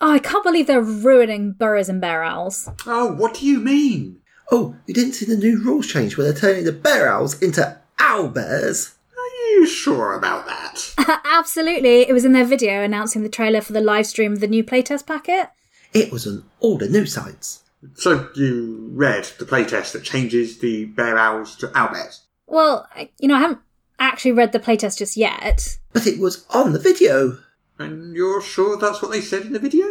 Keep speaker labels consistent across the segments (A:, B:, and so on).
A: Oh, I can't believe they're ruining burrows and bear owls.
B: Oh, what do you mean?
C: Oh, you didn't see the new rules change where they're turning the bear owls into owl bears?
B: Are you sure about that?
A: Absolutely. It was in their video announcing the trailer for the live stream of the new playtest packet.
C: It was on all the new sites.
B: So you read the playtest that changes the bear owls to owl bears?
A: Well, I- you know, I haven't actually read the playtest just yet.
C: But it was on the video.
B: And you're sure that's what they said in the video?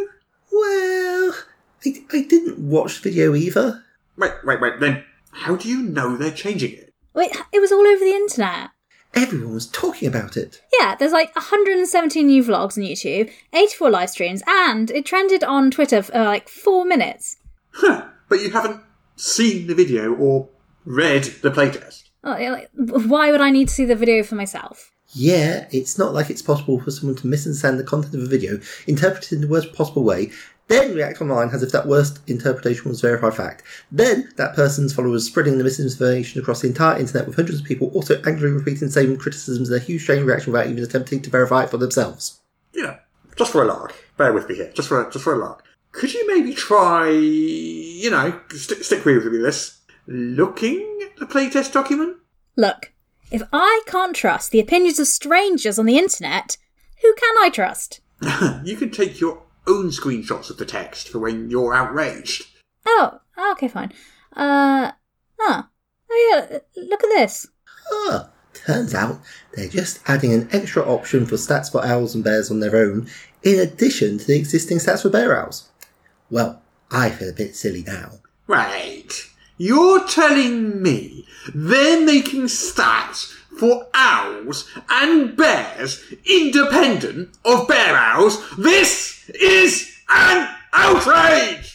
C: Well, I, I didn't watch the video either.
B: Wait, wait, wait. Then how do you know they're changing it?
A: Wait, it was all over the internet.
C: Everyone was talking about it.
A: Yeah, there's like 117 new vlogs on YouTube, 84 live streams, and it trended on Twitter for uh, like four minutes.
B: Huh, but you haven't seen the video or read the playtest.
A: Oh, yeah, like, why would I need to see the video for myself?
C: Yeah, it's not like it's possible for someone to misunderstand the content of a video, interpret it in the worst possible way, then react online as if that worst interpretation was verified fact. Then that person's followers spreading the misinformation across the entire internet with hundreds of people also angrily repeating the same criticisms and a huge chain reaction without even attempting to verify it for themselves.
B: you know, just for a lark. Bear with me here, just for a, just for a lark. Could you maybe try, you know, stick stick with me with this, looking at the playtest document?
A: Look, if I can't trust the opinions of strangers on the internet, who can I trust?
B: Hmm, you can take your own screenshots of the text for when you're outraged.
A: Oh, okay, fine. Uh, huh. Oh, yeah, look at this.
C: Ah, turns out they're just adding an extra option for stats for owls and bears on their own, in addition to the existing stats for bear owls. Well, I feel a bit silly now.
B: Right. You're telling me they're making stats for owls and bears independent of bear owls? This is an outrage!